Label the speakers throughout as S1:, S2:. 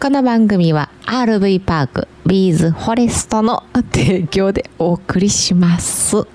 S1: この番組は RV パークビーズフォレストの提供でお送りします。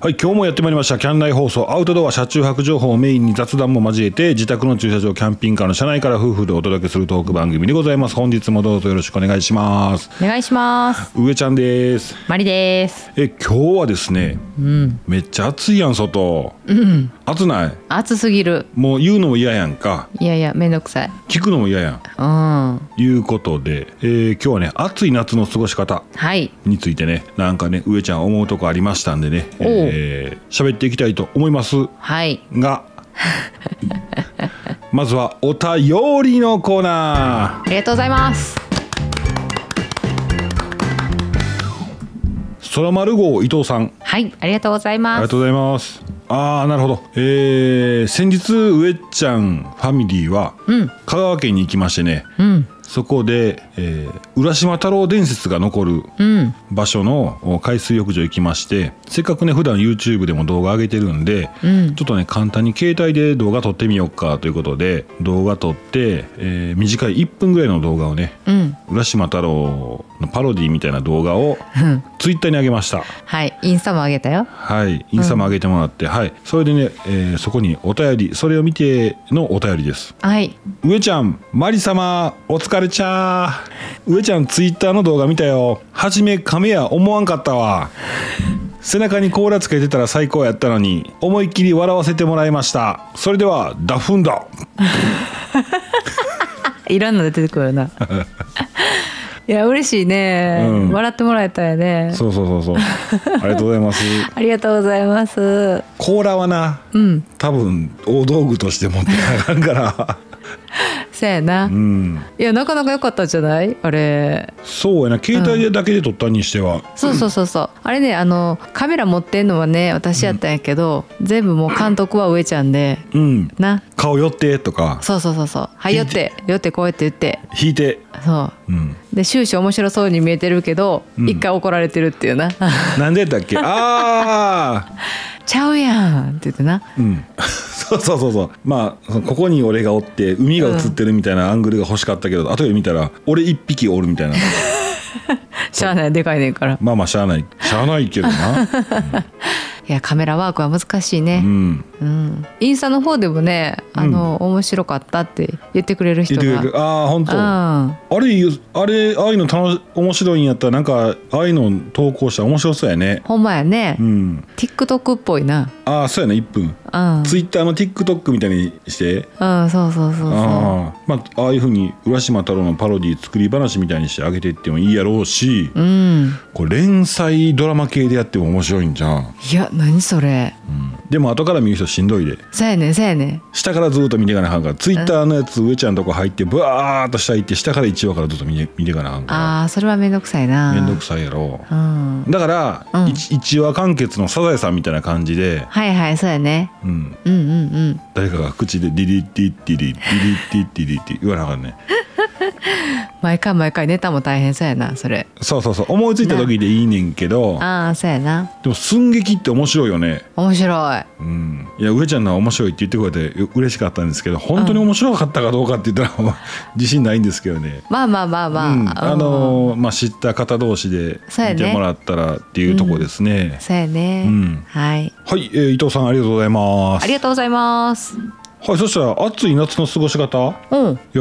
S2: はい、今日もやってまいりました。キャン内放送、アウトドア車中泊情報をメインに雑談も交えて、自宅の駐車場、キャンピングカーの車内から夫婦でお届けするトーク番組でございます。本日もどうぞよろしくお願いします。
S1: お願いします。
S2: 上ちゃんです。
S1: マリです。
S2: え、今日はですね、
S1: うん。
S2: めっちゃ暑いやん、外。
S1: うん。
S2: 暑ない。
S1: 暑すぎる。
S2: もう言うのも嫌やんか。
S1: いやいや、めんどくさい。
S2: 聞くのも嫌やん。
S1: うん。は
S2: いうことで、えー今日はね、暑い夏の過ごし方。
S1: い。
S2: についてね、なんかね、上ちゃん思うとこありましたんでね、
S1: おう
S2: えー喋っていきたいと思います。
S1: はい。
S2: がまずはお便りのコーナ
S1: ありがとうございます。
S2: ー空丸号伊藤さん
S1: はい。ありがとうござい
S2: あり
S1: ま
S2: が
S1: す。
S2: とうございますあーなるほどえー、先日上ちゃんファミリーは
S1: うん。
S2: 香川県に行きましてね
S1: うん。そ
S2: そこで、えー浦島太郎伝説が残る
S1: うん。
S2: 場所のお海水浴場行きましてせっかくね普段 YouTube でも動画上げてるんで、
S1: うん
S2: ちょっとね簡単に携帯で動画撮ってみようかということで動画撮って、えー短い1分ぐらいの動画をね
S1: うん。
S2: 浦島太郎のパロディみたいな動画を
S1: うん。
S2: ツイッターに上げました
S1: はい。インスタも上げたよ。
S2: はいインスタも上げてもらって、はいそれでね、えーそこにお便りそれを見てのお便りです
S1: はい。
S2: 上ちゃんマリ様お疲れちゃー上ちゃんツイッターの動画見たよ初め亀や思わんかったわ背中に甲羅つけてたら最高やったのに思いっきり笑わせてもらいましたそれではダフンだ
S1: いろんなの出てくるよ な。いや、嬉しいね、
S2: うん
S1: 笑ってもらえたよね。
S2: そうそうそうそうありがとうございます
S1: ありがとうございます。
S2: 甲羅はな
S1: うん。
S2: 多分大道具として持ってなあかんから
S1: せやな。
S2: うん
S1: いや、なかなか良かったんじゃないあれ。
S2: そうやな携帯だけで撮ったにしては、
S1: そうそうそうそう。あれね、あの、カメラ持ってんのはね、私やったんやけど、全部もう監督は上ちゃんで、
S2: うん
S1: な。
S2: 顔寄ってとか
S1: そうそうそうそう。はい、寄って、寄ってこうやって言って。
S2: 引いて、
S1: そ
S2: うん、
S1: う。で、終始面白そうに見えてるけど、
S2: うん
S1: 一回怒られてるっていうな。
S2: なんでや ったっけああ
S1: ちゃうやんって言ってな。
S2: うん、そうそうそうそうまあそのここに俺がおって海が映ってるみたいなアングルが欲しかったけど、後で見たら俺一匹おるみたいな
S1: しゃあない、でかいねんから。
S2: まあまあしゃあないしゃあないけど な
S1: いや、カメラワークは難しいうね。
S2: ん
S1: うん。インスタの方でもね、あの、面白かったって言ってくれる人
S2: 言っ
S1: が。
S2: てくれるああ本当あ
S1: うん。
S2: れいいよあれああいうの楽し面白いんやったらなんかああいうの投稿したら面白そうやね
S1: ほんまやね。
S2: うん
S1: TikTok っぽいな。
S2: ああそうやね1分
S1: うん。
S2: ツイッターの TikTok みたいにして
S1: うん、そうそうそうそ
S2: ああまあああいうふうに浦島太郎のパロディ作り話みたいにしてあげていってもいいやろうし、
S1: う。うん。
S2: これ連載ドラマ系でやっても面白いんじゃん
S1: いや、何それ。
S2: でも後から見る人しんどいで
S1: そうやねん、そうやねん。
S2: 下からずっと見てかなあかんからツイッターのやつ上ちゃんのとこ入ってブワーっと下行って下から1話からずっと見て見てかなあかんか
S1: ああ、それはめんどくさいな。
S2: らめんどく
S1: さ
S2: さいやろ
S1: い。うん。
S2: だから、
S1: うん
S2: 一 1, 話完結の「サザエさん」みたいな感じで、
S1: はいはい、そうやね。
S2: うん、
S1: うんうんうん。
S2: 誰かが口で「ディリッディッディリッディリッディッディリッ」って言わなあかんね
S1: 毎回毎回ネタも大変そうやな、それ。
S2: そうそうそう思いついた時でいいねんけど
S1: ああ、そうやな。
S2: でも寸劇って面白いよね
S1: 面白い。
S2: うん、いや上ちゃんのは面白いって言ってくれて嬉しかったんですけど本当に面白かったかどうかって言 ったら自信ないんですけどね
S1: まあまあまあまあ。
S2: うん
S1: うん
S2: あのーまあ、知った方同士で
S1: そうやね
S2: 見てもらったらっていうとこですね。
S1: そうやね。
S2: うん
S1: はい。
S2: はい、えー伊藤さんありがとうございま
S1: あ
S2: す。
S1: りがとうございます。
S2: はい、そしたら暑い夏の過ごし方
S1: うん。
S2: いや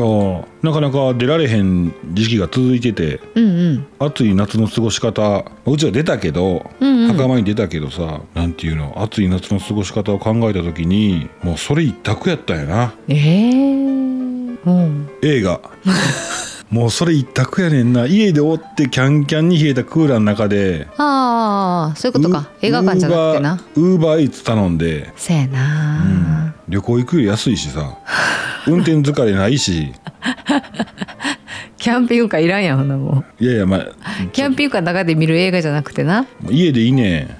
S2: ーなかなか出られへん時期が続いてて
S1: うんうん。
S2: 暑い夏の過ごし方うちは出たけど、
S1: うんうん
S2: 袴に出たけどさなんていうの暑い夏の過ごし方を考えた時にもうそれ一択やったんやな
S1: ええー。うん。
S2: 映 画もうそれ一択やねんな家でおってキャンキャンに冷えたクーラーの中で
S1: ああ、そういうことか。映画館じゃなくてな。
S2: ウーバーイーツ頼んで、
S1: そうやな。
S2: 旅行行くより安いし さ運転疲れないし
S1: キャンピングカーいらんやんほんなも
S2: いやいやまあ
S1: うキャンピングカーの中で見る映画じゃなくてな
S2: 家でいいねん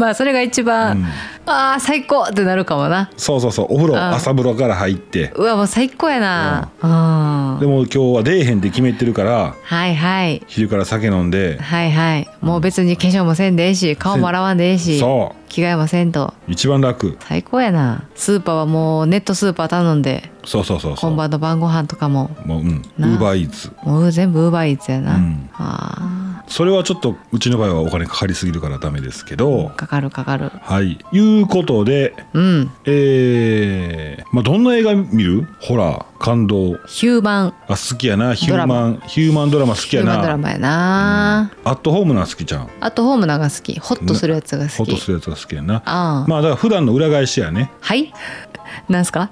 S1: まあそれが一番、
S2: うん
S1: あー最高ってなるかもな
S2: そうそうそうお風呂
S1: あ
S2: 朝風呂から入って
S1: うわもう最高やなうん
S2: でも今日は出えへんって決めてるから
S1: はいはい
S2: 昼から酒飲んで
S1: はいはいもう別に化粧もせんでええし顔も洗わんでええし
S2: そ
S1: 着替えもせんと
S2: う一番楽
S1: 最高やなスーパーはもうネットスーパー頼んで
S2: そうそうそうそ
S1: 今
S2: うも
S1: 晩の晩ご飯とかも
S2: ううんウ
S1: な
S2: ーバーイーツ
S1: もう全部ウーバーイーツやな、
S2: うん
S1: あ
S2: それはちょっとうちの場合はお金かかりすぎるからダメですけど
S1: ーかかるかかる
S2: はいいうことで
S1: うん
S2: えー、まあどんな映画見るホラー感動
S1: ヒューマン
S2: あ好きやなヒュー
S1: ド
S2: マンヒューマンドラマ好き
S1: ヒュ
S2: や
S1: ーマンドラ
S2: な
S1: マやな、
S2: アットホームな好きじゃん
S1: あとホームなんか好きホッとするやつが
S2: ホ
S1: 好
S2: ッと
S1: き
S2: するやつが好きやな
S1: ああ
S2: まあだから普段の裏返しやね
S1: はい なんすか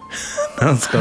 S2: なんすか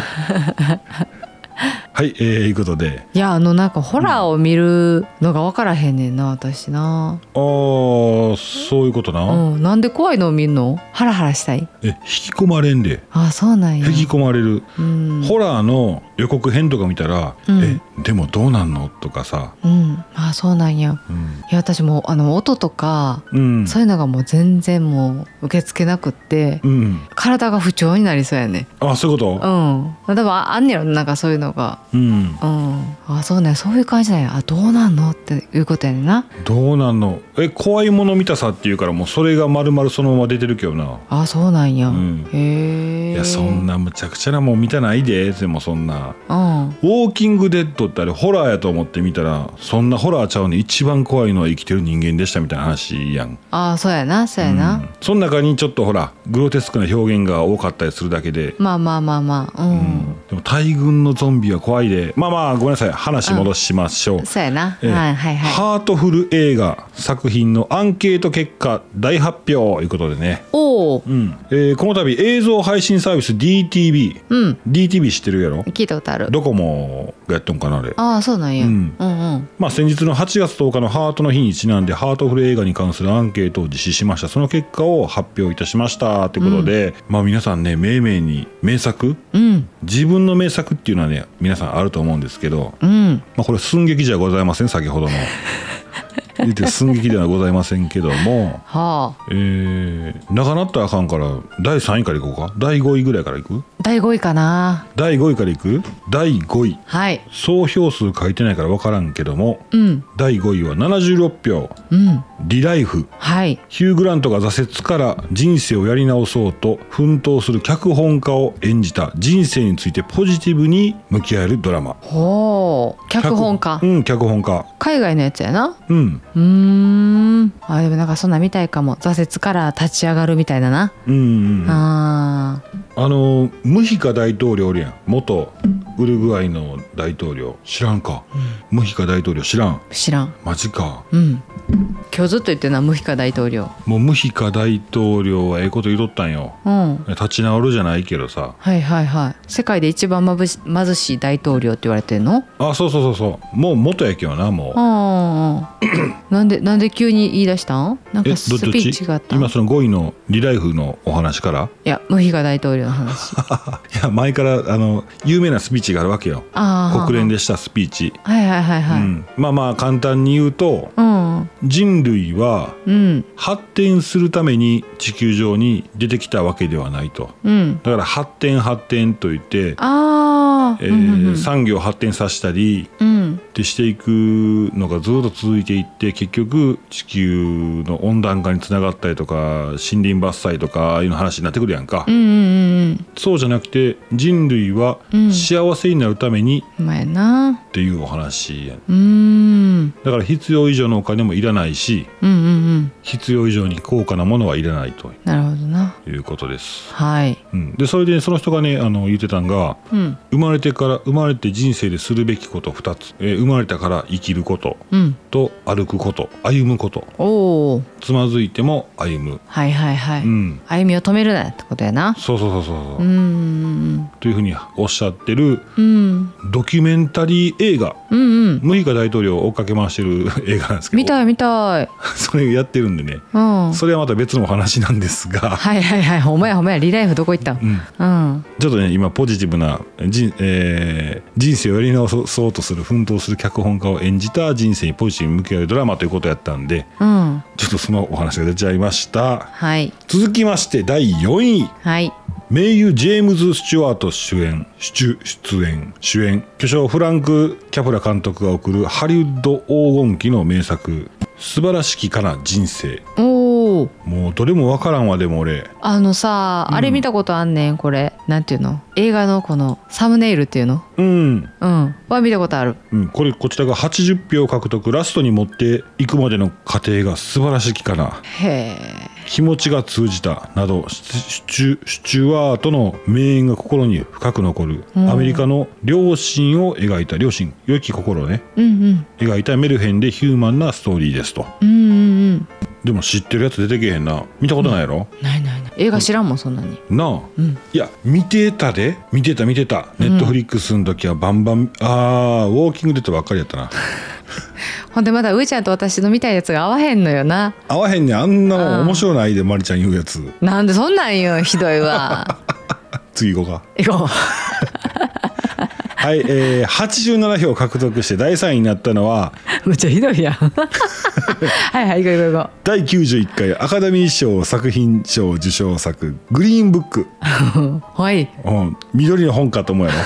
S2: はいえー、いうことで
S1: いやあのなんかホラーを見るのが分からへんねんな私な
S2: あーそういうことな、
S1: うんなんで怖いのを見んのハラハラしたい
S2: え引き込まれんで
S1: あそうなんや
S2: 引き込まれる、
S1: うん
S2: ホラーの予告編とか見たら「
S1: うん
S2: えでもどうなんの?」とかさ
S1: うんあそうなんや
S2: うん、
S1: いや私もうあの音とか、
S2: うん
S1: そういうのがもう全然もう受け付けなくって、
S2: うん
S1: 体が不調になりそうやね
S2: あそういう
S1: うん
S2: こ
S1: 多
S2: と
S1: 分ああんねやろなんかそういうのが
S2: うん
S1: うんあそうねそういう感じなんやあどうなんのっていうことやねんな
S2: どうなんのえ怖いもの見たさっていうからもうそれがまるまるそのまま出てるけどな、
S1: あそうなんや、
S2: うん
S1: へえ
S2: いやそんなむちゃくちゃなもん見たないででもそんな
S1: うん
S2: 「ウォーキング・デッド」ってあれホラーやと思って見たらそんなホラーちゃうね一番怖いのは生きてる人間でしたみたいな話やん
S1: あそうやなそうやな、
S2: うんその中にちょっとほらグロテスクな表現が多かったりするだけで、
S1: まあまあまあまあう
S2: うん
S1: ん、
S2: でも大群のゾンビは怖いでまあまあごめんなさい話戻しましょう、
S1: そうやな、
S2: ええ
S1: はいはいはい
S2: ハートフル映画作品のアンケート結果大発表ということでね、
S1: おお
S2: うんえーこの度映像配信サービス DTV
S1: うん
S2: DTV 知ってるやろ
S1: 聞いたことある
S2: ドコモがやってんかなあれ
S1: ああそうなんや、
S2: う
S1: うんん、うんうん
S2: まあ、先日の8月10日のハートの日にちなんでハートフル映画に関するアンケートを実施しましたその結果を発表いたしましたということで、まあ皆さんねめいめいに名作
S1: うん
S2: 自分の名作っていうのはね皆さんあると思うんですけど、
S1: うん
S2: まあ、これ寸劇じゃございません先ほ どの言って寸劇ではございませんけども
S1: はあ
S2: えー、なかなったらあかんから第3位からいこうか第5位ぐらいからいく
S1: 第5位かな
S2: 第5位からいく第5位
S1: はい
S2: 総票数書いてないから分からんけども
S1: うん
S2: 第5位は76票
S1: うん
S2: リライフ
S1: はい
S2: ヒュー・グラントが挫折から人生をやり直そうと奮闘する脚本家を演じた人生についてポジティブに向き合えるドラマ
S1: ほう脚本家
S2: うん脚本家
S1: 海外のやつやな
S2: うん
S1: うーんあでもなんかそんなんみたいかも挫折から立ち上がるみたいだな、
S2: うんうんあ
S1: あー
S2: のムヒカ大統領おるやん元ウルグアイの大統領知らんか、ムヒカ大統領知らん
S1: 知らん
S2: マジか
S1: うん今日ずっと言ってるなムヒカ大統領
S2: もうムヒカ大統領はええこと言うとったんよ
S1: うん
S2: 立ち直るじゃないけどさ
S1: はいはいはい世界で一番まぶし貧しい大統領って言われてんの
S2: あそうそうそうそうもう元やけどなもう
S1: ああなんでなんで急に言い出したんなん
S2: え
S1: かス
S2: どどっ
S1: ピ
S2: ち
S1: ーチがあったん
S2: 今その5位のリライフのお話から
S1: いやムヒカ大統領の 話
S2: いや前からあの有名なスピーチがあるわけよ
S1: ああ
S2: 国連
S1: で
S2: でしたスピーチ、
S1: はいはいはいはい、う
S2: うんんまあまあ簡単に言うと
S1: うん
S2: 人類は
S1: うん
S2: 発展するために地球上に出てきたわけではないとだから発展発展といって、
S1: ああ、
S2: えー産業を発展させたり
S1: うんうんうん
S2: ってしていくのがずっと続いていって結局地球の温暖化につながったりとか森林伐採とかああいうの話になってくるやんか、
S1: うんうんうん
S2: そうじゃなくて人類は
S1: うん
S2: 幸せになるために
S1: うんまやな
S2: っていうお話やん
S1: うーん
S2: だから必要以上のお金もいらないし
S1: うんうんうん
S2: 必要以上に高価なものはいらないと
S1: なるほどな
S2: いうことです、
S1: はい
S2: うん、でそれでその人がねあの言ってたんが
S1: うん
S2: 生まれてから生まれて人生でするべきこと2つ、えー生まれたから生きること
S1: うん
S2: と歩くこと歩むこと
S1: おお
S2: つまずいても歩む
S1: はいはいはい、
S2: うん
S1: 歩みを止めるなってことやな
S2: そうそうそうそう
S1: うー
S2: そうんというふうにおっしゃってる
S1: うん
S2: ドキュメンタリー映画
S1: うんうん
S2: ムヒカ大統領を追っかけ回してる映画なんですけど
S1: 見たい見たい
S2: それやってるんでね
S1: うん
S2: それはまた別のお話なんですが、
S1: はいはいはいほんまやほんまやリライフどこ行ったん
S2: うん、
S1: うん
S2: ちょっとね今ポジティブな人,、えー人生をやり直そうとする奮闘する脚本家を演じた人生にポジティブに向き合うドラマということやったんで
S1: うん
S2: ちょっとそのお話が出ちゃいました
S1: はい
S2: 続きまして第4位
S1: はい
S2: 名優ジェームズ・スチュワート主演出出演主演巨匠フランク・キャプラ監督が送るハリウッド黄金期の名作「素晴らしきかな人生
S1: おお」
S2: もうどれもわからんわでも俺
S1: あのさ、あれ見たことあんねんこれなんていうの映画のこのサムネイルっていうの
S2: うん
S1: うんは見たことある
S2: うん、これこちらが80票獲得ラストに持っていくまでの過程が素晴らしきかな
S1: へ
S2: 気持ちが通じたなどシチュシチュワートの名演が心に深く残る、
S1: うん
S2: アメリカの両親を描いた両親良き心をね
S1: えうん
S2: 描いたメルヘンでヒューマンなストーリーですと
S1: うんうんうんうん
S2: でも知ってるやつ出てけへんな見たことないやろ、
S1: ないないない映画知らんもんそんなに
S2: なあ、
S1: ん
S2: いや見てたで見てた見てたネットフリックスの時はバンバン、あーウォーキングデッドばっかりやったな
S1: ほんでまだ上ちゃんと私の見たいやつが合わへんのよな
S2: 合わへんねんあんなも
S1: あー
S2: ん面白ないでマリちゃん言うやつ
S1: なんでそんなん言うんひどいわ
S2: 次行こうか
S1: 行こう
S2: はい、えー、87票獲得して第3位になったのは
S1: むっちゃひどいやんはいはい行こう行こう行こ
S2: 第91回アカデミー賞作品賞受賞作「グリーンブック
S1: うはい」
S2: うん、緑の本かと思うやろ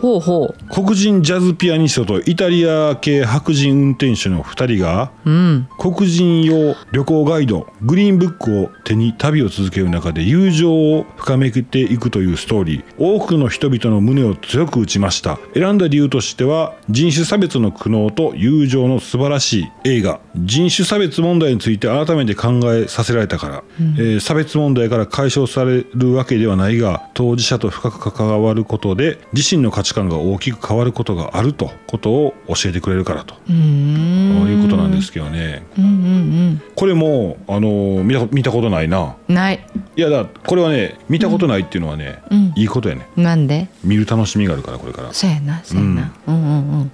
S1: ほうほ
S2: 黒人ジャズピアニストとイタリア系白人運転手の2人が
S1: ううん
S2: 黒人用旅行ガイドグリーンブックを手に旅を続ける中で友情を深めていくというストーリー多くの人々の胸を強く打ちました選んだ理由としては人種差別の苦悩と友情の素晴らしい映画人種差別問題について改めて考えさせられたから、えー差別問題から解消されるわけではないが当事者と深く関わることで自身の価値観が大きく変わることがあるとことを教えてくれるからと
S1: うーん
S2: いうことなんですけどね
S1: うんうん
S2: これもあのー見た見たことないな
S1: うんない
S2: いやだからこれはね見たことないっていうのはね、
S1: うん
S2: いいことやね
S1: なんで
S2: 見る楽しみがあるからこれから
S1: そうやなそうやな、うん、うんうん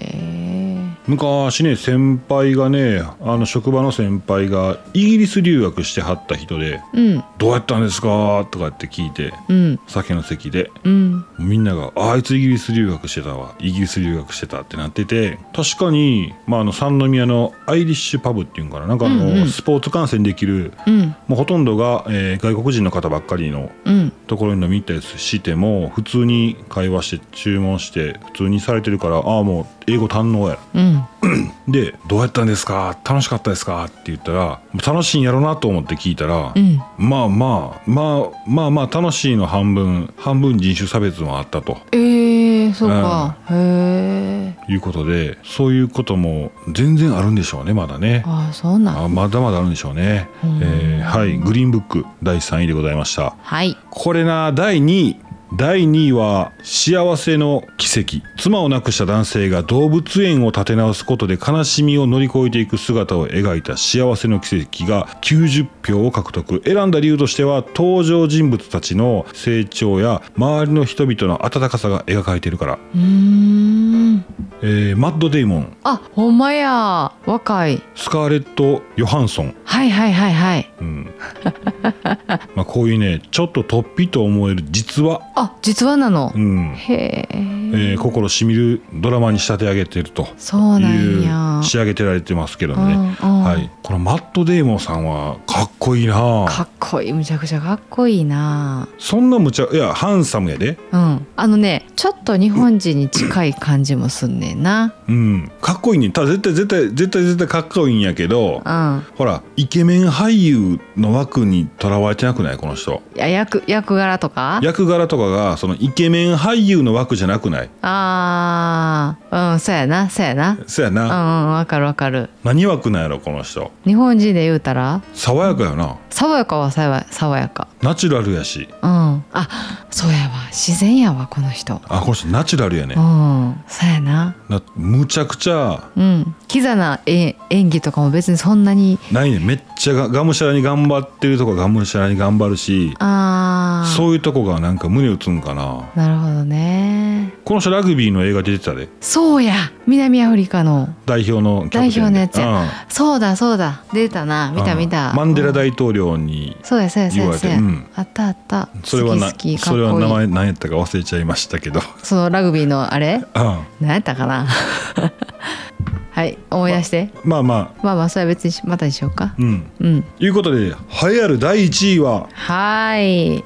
S1: へえ
S2: 昔ね先輩がねあの職場の先輩がイギリス留学してはった人で
S1: うん
S2: 「どうやったんですか?」とかって聞いて
S1: うん
S2: 酒の席で
S1: うん
S2: みんなが「ああいつイギリス留学してたわイギリス留学してた」ってなってて確かに、まあ、あの三宮のアイリッシュパブっていうんかななんかあの、
S1: うんうん
S2: スポーツ観戦できる
S1: うん
S2: もうほとんどが、えー外国人の方ばっかりの
S1: うん
S2: ところに飲み行ったりしても普通に会話して注文して普通にされてるからああもう英語堪能や
S1: うん
S2: で「どうやったんですか楽しかったですか?」って言ったら「楽しいんやろな」と思って聞いたら「
S1: うん
S2: まあまあまあまあまあ楽しいの半分半分人種差別もあった」と
S1: えー、そうか、へえ
S2: いうことでそういうことも全然あるんでしょうねまだね。
S1: ああそうなん
S2: あまだまだあるんでしょうね、
S1: うん
S2: えーはい「グリーンブック」第3位でございました。
S1: はい
S2: これな第2位第2位は幸せの奇跡妻を亡くした男性が動物園を立て直すことで悲しみを乗り越えていく姿を描いた幸せの奇跡が90票を獲得選んだ理由としては登場人物たちの成長や周りの人々の温かさが描かれているから、
S1: うーん
S2: えーマッド・デイモン
S1: あほんまや若い
S2: スカーレット・ヨハンソン
S1: はいはいはいはい
S2: うん まあこういうねちょっと突飛と思える実話、
S1: あ実話なの、
S2: うん、
S1: へえ
S2: えー心しみるドラマに仕立て上げてると
S1: そうなん
S2: い
S1: や
S2: う仕上げてられてますけど
S1: うん
S2: ね、
S1: うん
S2: はい、このマット・デイモンさんはかっこいいな
S1: かっこいいむちゃくちゃかっこいいな
S2: そんなむちゃいやハンサムやで、
S1: うんあのねちょっと日本人に近い感じもすんねんな
S2: うん、かっこいいねただ絶対絶対絶対絶対かっこいいんやけど
S1: うん
S2: ほらイケメン俳優の枠にとらわれてなくないこの人
S1: いや役役柄とか
S2: 役柄とかがそのイケメン俳優の枠じゃなくない
S1: あーうんそうやなそうやな
S2: そや
S1: うん
S2: な、
S1: うんわかるわかる
S2: 何枠なんやろこの人
S1: 日本人で言うたら
S2: 爽やかやな
S1: 爽やかは爽や爽やか
S2: ナチュラルやし
S1: うんあそうやわ自然やわこの人
S2: あこの人ナチュラルやね
S1: うんそうやな
S2: なむちゃくちゃ
S1: うんキザなえ演技とかも別にそんなに
S2: ないねめっちゃががむしゃらに頑張ってるとこはがむしゃらに頑張るし
S1: あー
S2: そういうとこがなんか胸打つんかな
S1: なるほどね
S2: この人ラグビーの映画出てたで
S1: そうや南アフリカの
S2: 代表のキャプテ
S1: 代
S2: ンで
S1: 表のやつや
S2: うん
S1: そうだそうだ出たな見た
S2: うん
S1: 見た、
S2: マンデラ
S1: うん
S2: 大統領に
S1: そうやそうやそうやそうや、
S2: 言われてうん
S1: あったあった
S2: それはな
S1: 好き好きかっ
S2: そ
S1: こい
S2: れ
S1: い
S2: は名前何やったか忘れちゃいましたけど、
S1: そのラグビーのあれ
S2: うん
S1: 何やったかな はい思い出して、
S2: まあまあ
S1: まあまあそれは別にしまたにしようか
S2: うん
S1: うん
S2: いうことで栄えある第1位は
S1: はーい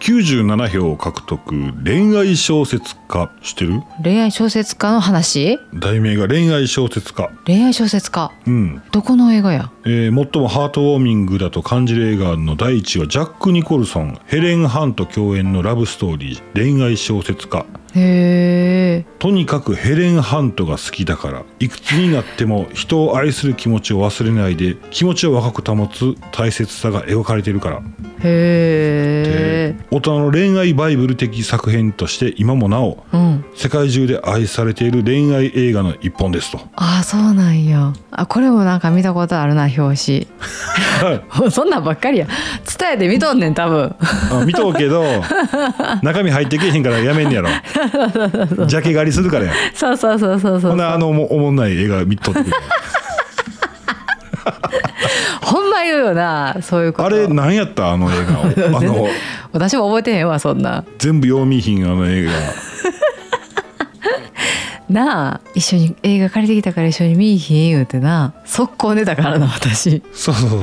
S2: 97票を獲得恋愛小説家知ってる
S1: 恋愛小説家の話
S2: 題名が恋愛小説家
S1: 恋愛小説家
S2: うん
S1: どこの映画や
S2: えー最もハートウォーミングだと感じる映画の第1位はジャック・ニコルソンヘレン・ハント共演のラブストーリー恋愛小説家
S1: へえ
S2: とにかくヘレン・ハントが好きだからいくつになっても人を愛する気持ちを忘れないで気持ちを若く保つ大切さが描かれているから
S1: へえ
S2: 大人の恋愛バイブル的作品として今もなお
S1: うん
S2: 世界中で愛されている恋愛映画の一本ですと
S1: ああそうなんやあこれもなんか見たことあるな表紙 そんなんばっかりや伝えて見とんねん多分
S2: あ見とうけど中身入ってけえへんからやめんね やろジャケ狩りするからや
S1: そうそうそうそうそ
S2: ほ
S1: うん
S2: なあのおもおもんない映画見とっ てくれ
S1: ほんま言うよなそういうこと
S2: あれ何やったあの映 画あの
S1: 私も覚えてへんわそんな
S2: 全部読みひんあの映画
S1: なあ一緒に映画借りてきたから一緒に見いひん言うてな速攻寝たからな私
S2: そうそうそう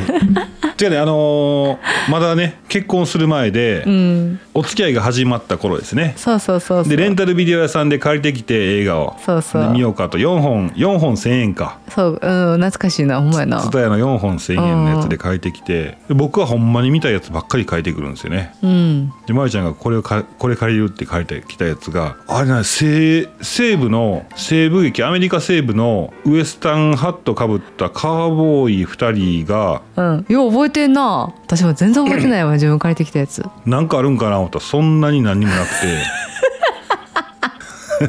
S2: 違うねあのーまだね結婚する前で、
S1: うん
S2: お付き合いが始まった頃ですね
S1: そうそうそうそう
S2: でレンタルビデオ屋さんで借りてきて映画を
S1: そうそう
S2: で見ようかと4本4本1,000円か
S1: そううん懐かしいなほんまやな
S2: 蔦屋の4本1,000円のやつで借りてきてで僕はほんまに見たやつばっかり借りてくるんですよね
S1: うん
S2: でまるちゃんがこれをかこれ借りるって借りてきたやつがあれな西西部の西部劇アメリカ西部のウエスタンハットかぶったカーボーイ2人が
S1: うんよう覚えてんな私も全然覚えてないわ自分借りてきたやつ
S2: なんかあるんかな思ったらそんなに何にもなく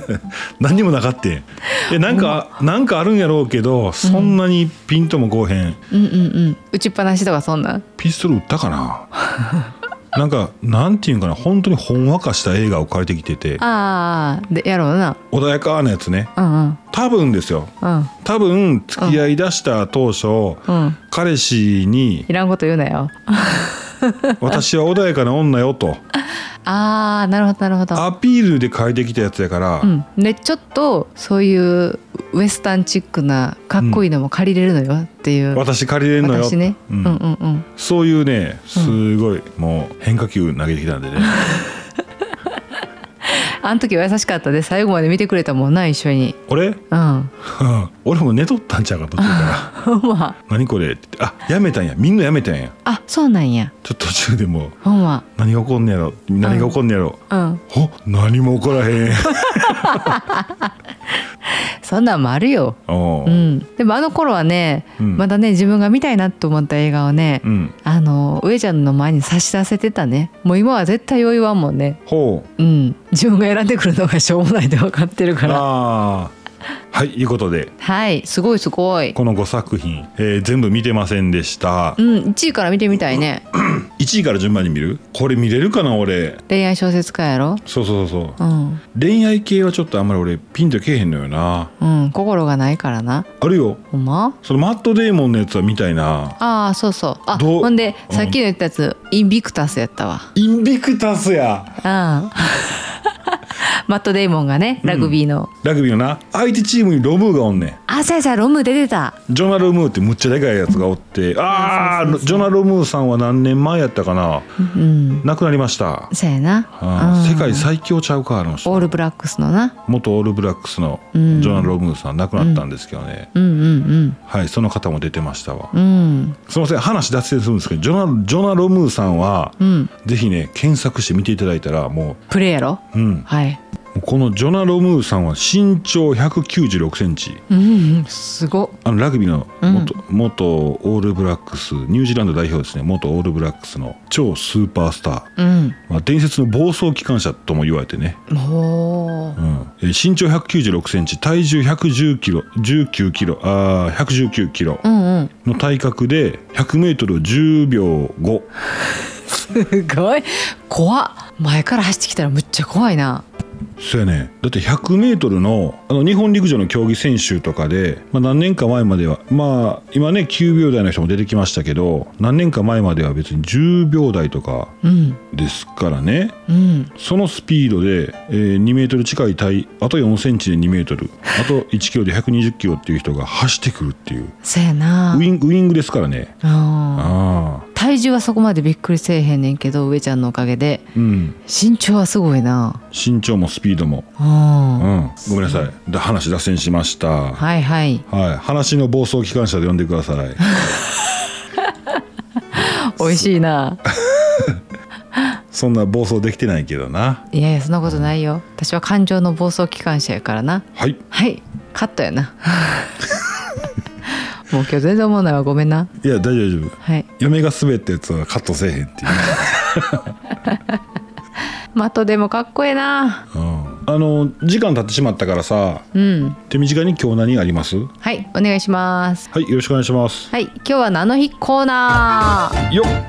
S2: て 何にもなかってえなんかなんかあるんやろうけどそんなにピンともこうへん、
S1: うんうんうん打ちっぱなしとかそんなん
S2: ピストル撃ったかななんかなんていうんかな本当にほんわかした映画を借りてきてて
S1: ああでやろうな
S2: 穏やかなやつね
S1: うんうん
S2: 多分ですよ
S1: うん
S2: 多分付き合いだした当初、
S1: うん
S2: 彼氏に
S1: いらんこと言うなよ
S2: 「私は穏やかな女よ」と
S1: ああなるほどなるほど
S2: アピールで借りてきたやつやから、
S1: うん、でちょっとそういうウエスタンチックなかっこいいのも借りれるのよっていう、
S2: 私借りれんのよ
S1: 私ね、
S2: う
S1: うんん、うんうん
S2: そういうねすごい、もう変化球投げてきたんで ね
S1: あの時は優しかったで最後まで見てくれたもんな一緒に
S2: 俺
S1: う んま
S2: 俺も寝とったんちゃうか途中から
S1: あ
S2: 「何これ」って言って「あやめたんやみんなやめたんや
S1: あそうなんや
S2: ちょっと途中でもう
S1: ほんま
S2: 何が起こんねやろ何が起こんねやろ、
S1: うん
S2: ほ何も起こら へん
S1: そんなんもあるよ
S2: おう
S1: うんでもあの頃はね、
S2: うん
S1: まだね自分が見たいなと思った映画をね、
S2: うん
S1: あの上ちゃんの前に差し出せてたねもう今は絶対余裕はもんね
S2: ほう
S1: うん自分が選んでくるのがしょうもないって分かってるから
S2: ああはいいうことで
S1: はいすごいすごい
S2: この5作品、えー全部見てませんでした
S1: うん、1位から見てみたいね。
S2: 1位から順番に見るこれ見れるかな俺
S1: 恋愛小説家やろ。
S2: そうそうそうそう
S1: うん、
S2: 恋愛系はちょっとあんまり俺ピンとけえへんのよな
S1: うん、心がないからな。
S2: あるよ
S1: ほんま。
S2: そのマット・デーモンのやつは見たいな
S1: ああ、そうそう。あ、
S2: どう
S1: ほんで、
S2: うん
S1: さっきの言ったやつ、インビクタスやったわ。
S2: インビクタスや
S1: うん。 マットデイモンがね、ラグビーの。
S2: ラグビーのな相手チームにロムーがおんねん
S1: あ、そうやそうやロム出てた。
S2: ジョナ・ロムーってむっちゃでかいやつがおってああジョナ・ロムーさんは何年前やったかな
S1: うん。
S2: 亡くなりました
S1: そうやな。
S2: あ
S1: う
S2: ー
S1: ん
S2: 世界最強ちゃうかあの人
S1: オールブラックスのな。
S2: 元オールブラックスのジ
S1: うん
S2: ョナ・ロムーさん亡くなったんですけどね、
S1: うんうん
S2: はいその方も出てましたわ
S1: うん。うん。
S2: すみません話脱線するんですけどジョナジョナ・ロムーさんは、
S1: うん。
S2: ぜひね検索して見ていただいたらも
S1: プレイやろ。
S2: う、うん、
S1: はい。
S2: このジョナ・ロムーさんは身長1 9 6ンチ
S1: うんうん、すごっ。
S2: あのラグビーの
S1: うん
S2: 元,、元オールブラックスニュージーランド代表ですね元オールブラックスの超スーパースター、
S1: うん。
S2: まあ、伝説の暴走機関車とも言われてね、
S1: ほ
S2: う
S1: ー。
S2: んえー身長1 9 6ンチ体重1 1 0キロ19キロあー119キロ
S1: うんうん。
S2: の体格で 100m を10秒5
S1: すごい怖っ前から走ってきたらむっちゃ怖いな
S2: そうやねだって 100m のあの日本陸上の競技選手とかで、まあ、何年か前まではまあ今ね9秒台の人も出てきましたけど何年か前までは別に10秒台とか
S1: うん
S2: ですからね
S1: うん
S2: そのスピードで、えー2メートル近い体あと4センチで2メートルあと1キロで120キロっていう人が走ってくるっていう
S1: せや
S2: ウ
S1: な
S2: インウイングですからね
S1: うん
S2: ああ
S1: 体重はそこまでびっくりせえへんねんけど上ちゃんのおかげで
S2: うん
S1: 身長はすごいな
S2: 身長もスピードも
S1: うん
S2: うんごめんなさいだ話脱線しました
S1: はいはい
S2: はい、話の暴走機関車で呼んでください。
S1: 美味しいな
S2: そんな暴走できてないけどな。
S1: いやいやそんなことないよ私は感情の暴走機関車やからな
S2: はい、
S1: はいカットや なもう今日全然思わないわごめんない
S2: や、大丈夫、大丈夫。
S1: はい
S2: 嫁が滑ったやつはカットせえへんっていう。
S1: マトでもかっこええな
S2: うん、あの、時間経ってしまったからさ、
S1: うん
S2: 手短に今日何あります。は
S1: はいお願いします
S2: い、よろしくお願いします。
S1: はい今日は「あの日」コーナー
S2: よっ、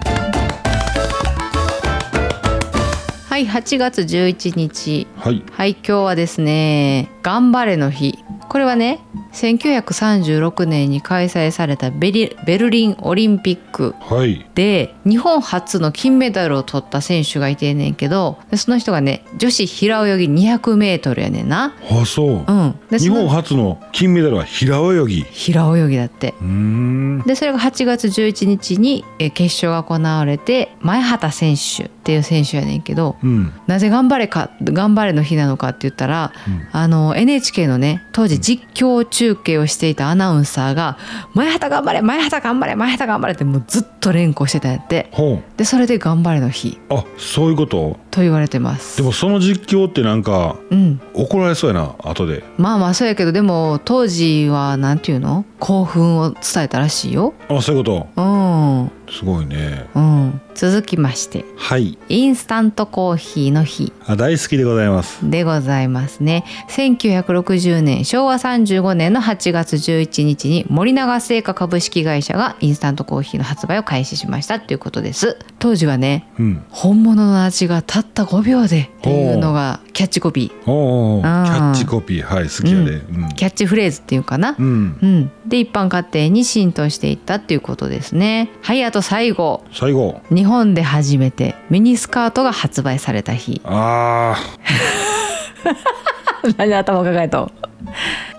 S1: はい8月11日
S2: はい、
S1: はい今日はですね「頑張れの日」これはね1936年に開催されたベリベルリンオリンピック
S2: はい、
S1: で日本初の金メダルを取った選手がいてんねんけどでその人がね女子平泳ぎ 200m やねんな。
S2: あ、そう
S1: う。ん、で
S2: 日
S1: その
S2: 本初の金メダルは平泳ぎ。
S1: 平泳ぎだって
S2: うーん、
S1: でそれが8月11日にえー決勝が行われて前畑選手っていう選手やねんけど
S2: うん、
S1: なぜ頑張れか頑張れの日なのかって言ったら、
S2: うん
S1: あの NHK のね当時実況中継をしていたアナウンサーが「前畑頑張れ前畑頑張れ前畑頑張れ」ってもうずっと連呼してたんやって
S2: ほ
S1: でそれで「頑張れの日
S2: う。あ、そういうこと。」
S1: と言われてます
S2: でも、その実況ってなんか
S1: うん
S2: 怒られそうやな、後で。
S1: まあまあそうやけどでも当時はなんていうの興奮を伝えたらしいよ
S2: あ、そういうこ
S1: うん
S2: と。すごいね。
S1: うん続きまして
S2: はい。
S1: インスタントコーヒーの日
S2: あ大好きでございます
S1: でございますね1960年昭和35年の8月11日に森永製菓株式会社がインスタントコーヒーの発売を開始しましたということです当時はね
S2: うん
S1: 本物の味がたった5秒でっていうのがキャッチコピー
S2: おうおうキ
S1: あー
S2: ャッチコピーはい好きやでうん
S1: キャッチフレーズっていうかな
S2: うん
S1: うん、で一般家庭に浸透していったっていうことですねはいあと最後
S2: 最後
S1: 日本で初めてミニスカートが発売された日
S2: あ
S1: 何頭抱えた
S2: ー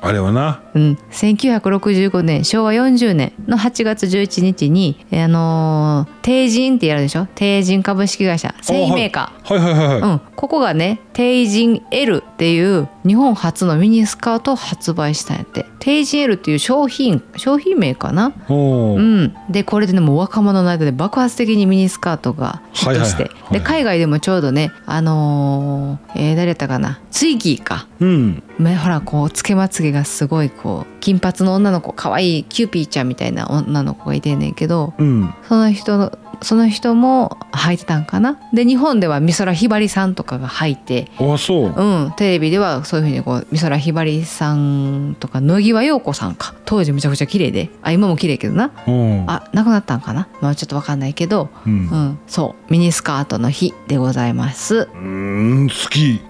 S2: あれはな
S1: うん、1965年昭和40年の8月11日に、えーあのー、帝人ってやるでしょ帝人株式会社繊維メーカー。
S2: はいはいはいは
S1: うん、ここがね帝人 L っていう日本初のミニスカートを発売したんやって帝人 L っていう商品商品名かない
S2: お
S1: う
S2: ー
S1: ん、でこれでねもう若者の間で爆発的にミニスカートがヒットして、
S2: はいはいはい
S1: で海外でもちょうどねあのーえー誰やったかなツイギーか
S2: うん
S1: 目ほらこうつけまつげがすごいこう金髪の女の子可愛いキューピーちゃんみたいな女の子がいてんねんけど
S2: うん
S1: その人のその人も履いてたんかなで日本では美空ひばりさんとかが履いて、
S2: あそう
S1: うん、テレビではそういうふうにこう美空ひばりさんとか野際陽子さんか当時めちゃくちゃ綺麗であ今も綺麗けどな
S2: うん
S1: あ亡くなったんかな、まあ、ちょっとわかんないけど、
S2: う
S1: うんん、そうミニスカートの日でございます
S2: うーん好き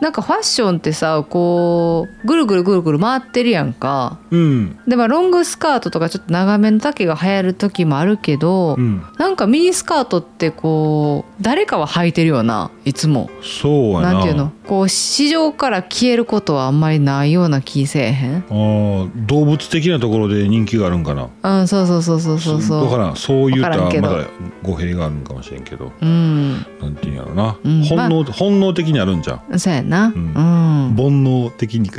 S1: なんかファッションってさこうぐるぐるぐるぐる回ってるやんか
S2: うん
S1: でまあロングスカートとかちょっと長めの丈が流行る時もあるけど、
S2: うん
S1: なんかミニスカートってこう誰かは履いてるよないつも
S2: そうやな
S1: なんていうのこう市場から消えることはあんまりないような気せえへん
S2: あー動物的なところで人気があるんかな
S1: うんそうそうそうそうそう
S2: わか
S1: そう
S2: らんそう言うたら
S1: わから
S2: ま
S1: んけど
S2: だ語弊があるんかもしれんけど
S1: うん
S2: なんていうんやろな
S1: うん
S2: 本能本能的にあるんじゃん
S1: そうやな
S2: う
S1: うんん、
S2: 煩悩的に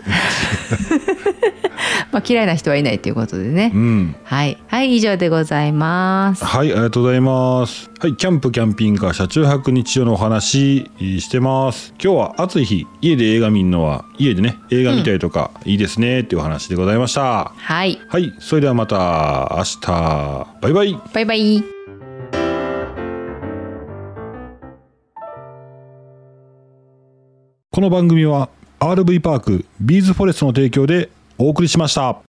S1: まあ嫌いな人はいないということでね、
S2: うん
S1: はいはい以上でございます
S2: はい、ありがとうございます。はい、キャンプ、キャンピングカー、車中泊、日常のお話えーしてます。今日は暑い日、家で映画見るのは、家でね、映画見たりとか、いいですね、っていうお話でございました。
S1: はい
S2: はい、それではまた明日、バイバイ。
S1: バイバイ
S2: この番組は、RV パーク、ビーズフォレストの提供でお送りしました。